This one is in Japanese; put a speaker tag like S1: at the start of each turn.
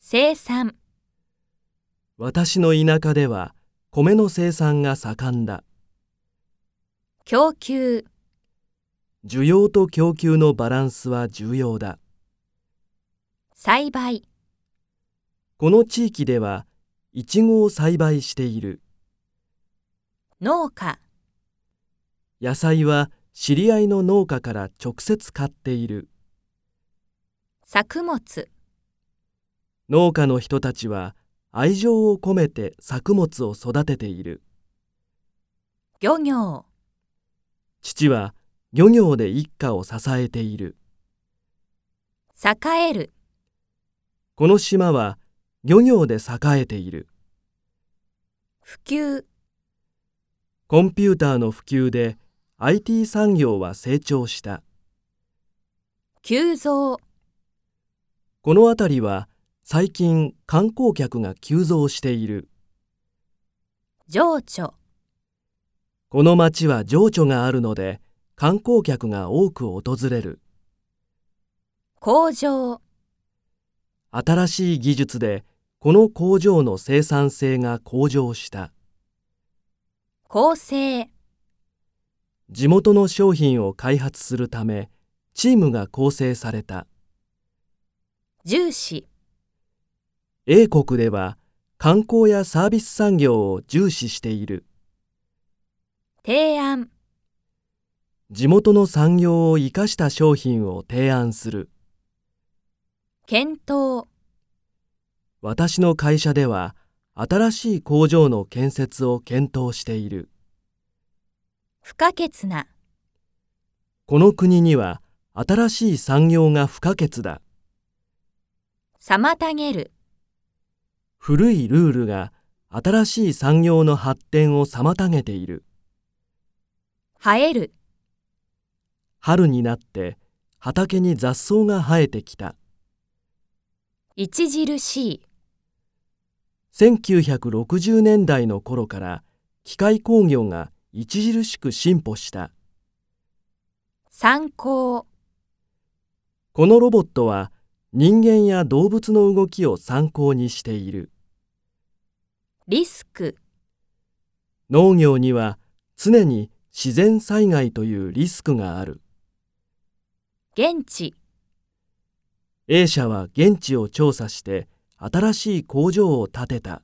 S1: 生産、
S2: 私の田舎では米の生産が盛んだ。
S1: 供給、
S2: 需要と供給のバランスは重要だ。
S1: 栽培、
S2: この地域ではイチゴを栽培している。
S1: 農家、
S2: 野菜は知り合いの農家から直接買っている。
S1: 作物、
S2: 農家の人たちは愛情を込めて作物を育てている。
S1: 漁業、
S2: 父は漁業で一家を支えている。
S1: 栄える、
S2: この島は漁業で栄えている。
S1: 普及、
S2: コンピューターの普及で IT 産業は成長した。
S1: 急増、
S2: この辺りは最近観光客が急増している。
S1: 情緒、
S2: この町は情緒があるので観光客が多く訪れる。
S1: 工場、
S2: 新しい技術でこの工場の生産性が向上した。
S1: 構成、
S2: 地元の商品を開発するためチームが構成された。
S1: 重視、
S2: 英国では観光やサービス産業を重視している。
S1: 提案、
S2: 地元の産業を生かした商品を提案する。
S1: 検討、
S2: 私の会社では新しい工場の建設を検討している。
S1: 不可欠な、
S2: この国には新しい産業が不可欠だ。
S1: 妨げる、
S2: 古いルールが新しい産業の発展を妨げている。
S1: 生える、
S2: 春になって畑に雑草が生えてきた。
S1: 著しい、
S2: 1960年代の頃から機械工業が著しく進歩した。
S1: 参考、
S2: このロボットは人間や動物の動きを参考にしている。
S1: リスク、
S2: 農業には常に自然災害というリスクがある。
S1: 現地、
S2: A 社は現地を調査して新しい工場を建てた。